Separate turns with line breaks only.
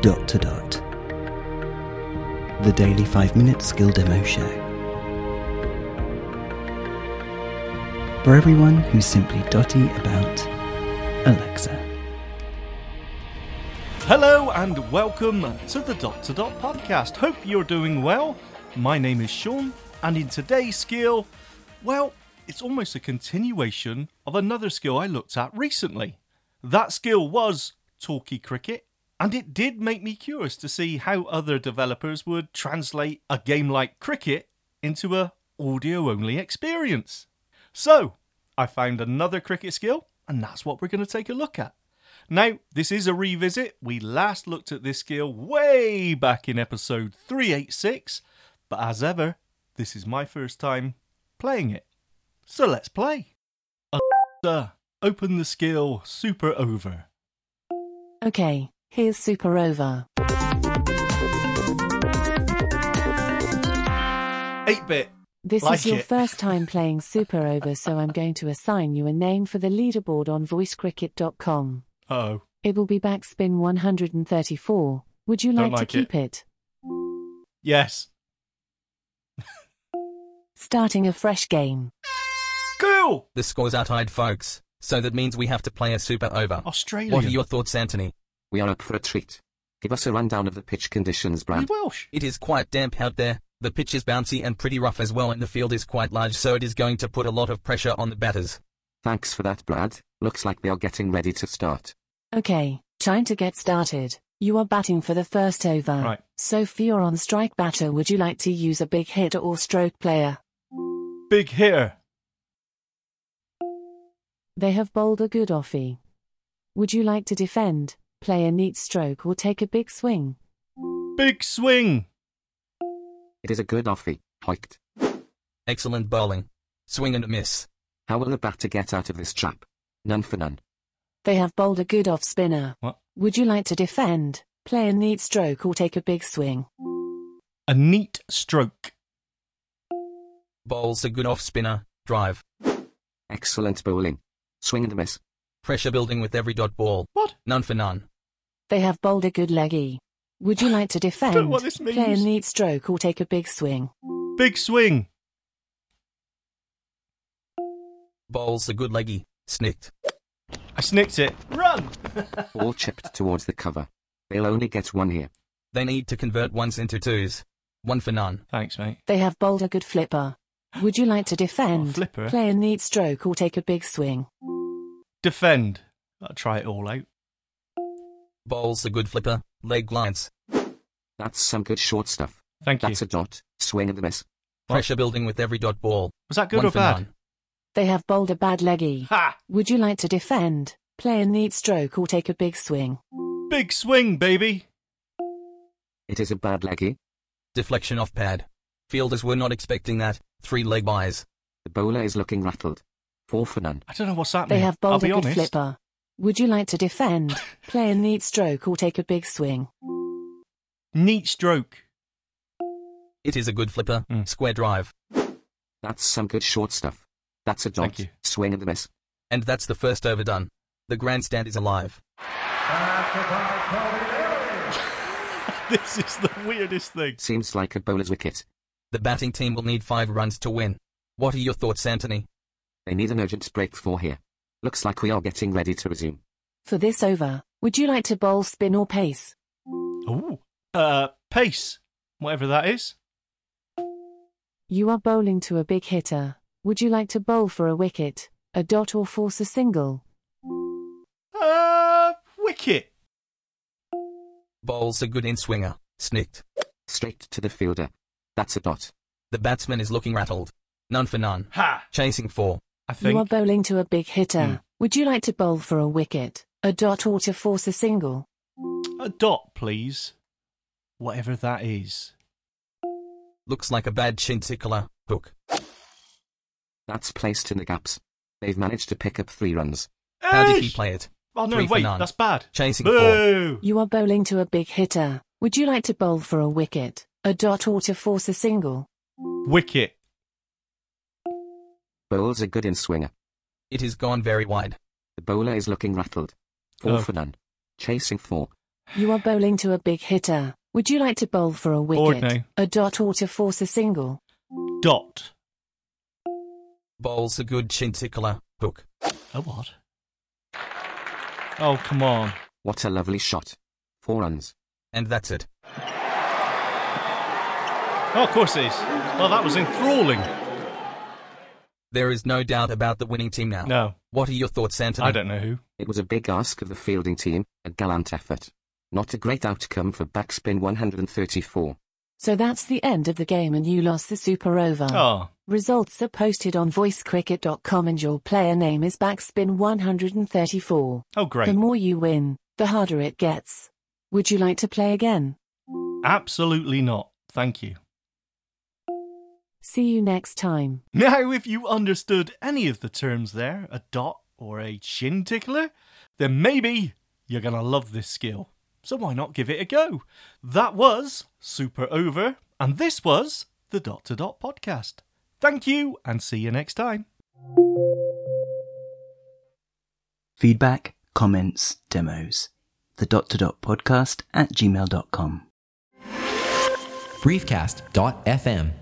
dot to dot. The Daily 5 Minute Skill Demo Show. For everyone who's simply dotty about Alexa.
Hello and welcome to the Dot to Dot podcast. Hope you're doing well. My name is Sean, and in today's skill, well, it's almost a continuation of another skill I looked at recently. That skill was Talkie Cricket, and it did make me curious to see how other developers would translate a game like cricket into a audio only experience. So, I found another cricket skill, and that's what we're going to take a look at. Now, this is a revisit. We last looked at this skill way back in episode 386, but as ever, this is my first time playing it. So let's play. Alexa, open the skill Super Over.
Okay, here's Super Over.
8 bit.
This
Like
is your
it.
first time playing Super Over, so I'm going to assign you a name for the leaderboard on voicecricket.com.
Oh,
It will be backspin 134. Would you
Don't
like,
like
to keep it?
yes.
Starting a fresh game.
Cool!
The score's are tied, folks, so that means we have to play a super over.
Australia.
What are your thoughts, Anthony?
We are up for a treat. Give us a rundown of the pitch conditions, Brad.
Welsh.
It is quite damp out there, the pitch is bouncy and pretty rough as well, and the field is quite large, so it is going to put a lot of pressure on the batters.
Thanks for that, Brad. Looks like they are getting ready to start.
Okay, time to get started. You are batting for the first over.
Right.
So for your on strike batter, would you like to use a big hitter or stroke player?
Big hitter.
They have bowled a good offie. Would you like to defend, play a neat stroke, or take a big swing?
Big swing.
It is a good offie, hoiked.
Excellent bowling. Swing and a miss.
How will the batter get out of this trap? None for none.
They have bowled a good off spinner.
What?
Would you like to defend, play a neat stroke, or take a big swing?
A neat stroke.
Bowls a good off spinner, drive.
Excellent bowling. Swing and a miss.
Pressure building with every dot ball.
What?
None for none.
They have bowled a good leggy. Would you like to defend,
Don't know what this
play a
means.
neat stroke, or take a big swing?
Big swing.
Bowls a good leggy, snicked.
I snicked it. Run!
All chipped towards the cover. They'll only get one here.
They need to convert ones into twos. One for none.
Thanks, mate.
They have bowled a good flipper. Would you like to defend,
flipper.
play a neat stroke, or take a big swing?
Defend. I'll try it all out.
Bowls a good flipper, leg glance.
That's some good short stuff.
Thank you.
That's a dot. Swing and a miss.
What?
Pressure building with every dot ball.
Was that good
One
or
for
bad?
none.
They have bowled a bad leggy.
Ha!
Would you like to defend, play a neat stroke, or take a big swing?
Big swing, baby.
It is a bad leggy.
Deflection off pad. Fielders were not expecting that. Three leg buys.
The bowler is looking rattled. Four for none.
I don't know what's happening.
They have
I'll
bowled a
be
good
honest.
flipper. Would you like to defend, play a neat stroke, or take a big swing?
Neat stroke.
It is a good flipper,
Mm.
square drive.
That's some good short stuff. That's a dot.
Thank you.
Swing and a miss.
And that's the first over done. The grandstand is alive.
This is the weirdest thing.
Seems like a bowler's wicket.
The batting team will need five runs to win. What are your thoughts, Anthony?
They need an urgent break for here. Looks like we are getting ready to resume.
For this over, would you like to bowl spin or pace?
Ooh. Uh, pace. Whatever that is.
You are bowling to a big hitter. Would you like to bowl for a wicket, a dot, or force a single?
Uh, wicket.
Bowls a good in swinger, snicked.
Straight to the fielder. That's a dot.
The batsman is looking rattled. None for none.
Ha!
Chasing four.
I
You are
think.
bowling to a big hitter.
Hmm.
Would you like to bowl for a wicket, a dot, or to force a single?
A dot, please. Whatever that is.
Looks like a bad chin tickler. Hook.
That's placed in the gaps. They've managed to pick up three runs.
How did
Eish!
he play it?
Oh, no,
Three for
wait.
none.
That's bad.
Chasing four.
Boo!
You are bowling to a big hitter. Would you like to bowl for a wicket, a dot, or to force a single?
Wicket.
Bowls a good in swinger.
It is gone very wide.
The bowler is looking rattled. Four
Oh.
for none. Chasing four.
You are bowling to a big hitter. Would you like to bowl for a
Bored
wicket?
now.
A dot or to force a single?
Dot.
Bowls a good chin tickler. Hook.
A what? Oh, come on.
What a lovely shot. Four runs.
And that's it.
Oh, of course it is. Well, that was enthralling.
There is no doubt about the winning team now.
No,
What are your thoughts, Anthony?
I don't know who.
It was a big ask of the fielding team, a gallant effort. Not a great outcome for backspin 134.
So that's the end of the game and you lost the super over.
Oh,
Results are posted on voicecricket.com and your player name is backspin 134.
oh, great.
The more you win, the harder it gets. Would you like to play again?
Absolutely not. Thank you.
See you next time.
Now, if you understood any of the terms there, a dot or a chin tickler, then maybe you're going to love this skill. So why not give it a go? That was Super Over, and this was the Dot to Dot podcast. Thank you, and see you next time.
Feedback, comments, demos. The dot to dot podcast at gmail.com.
briefcast.fm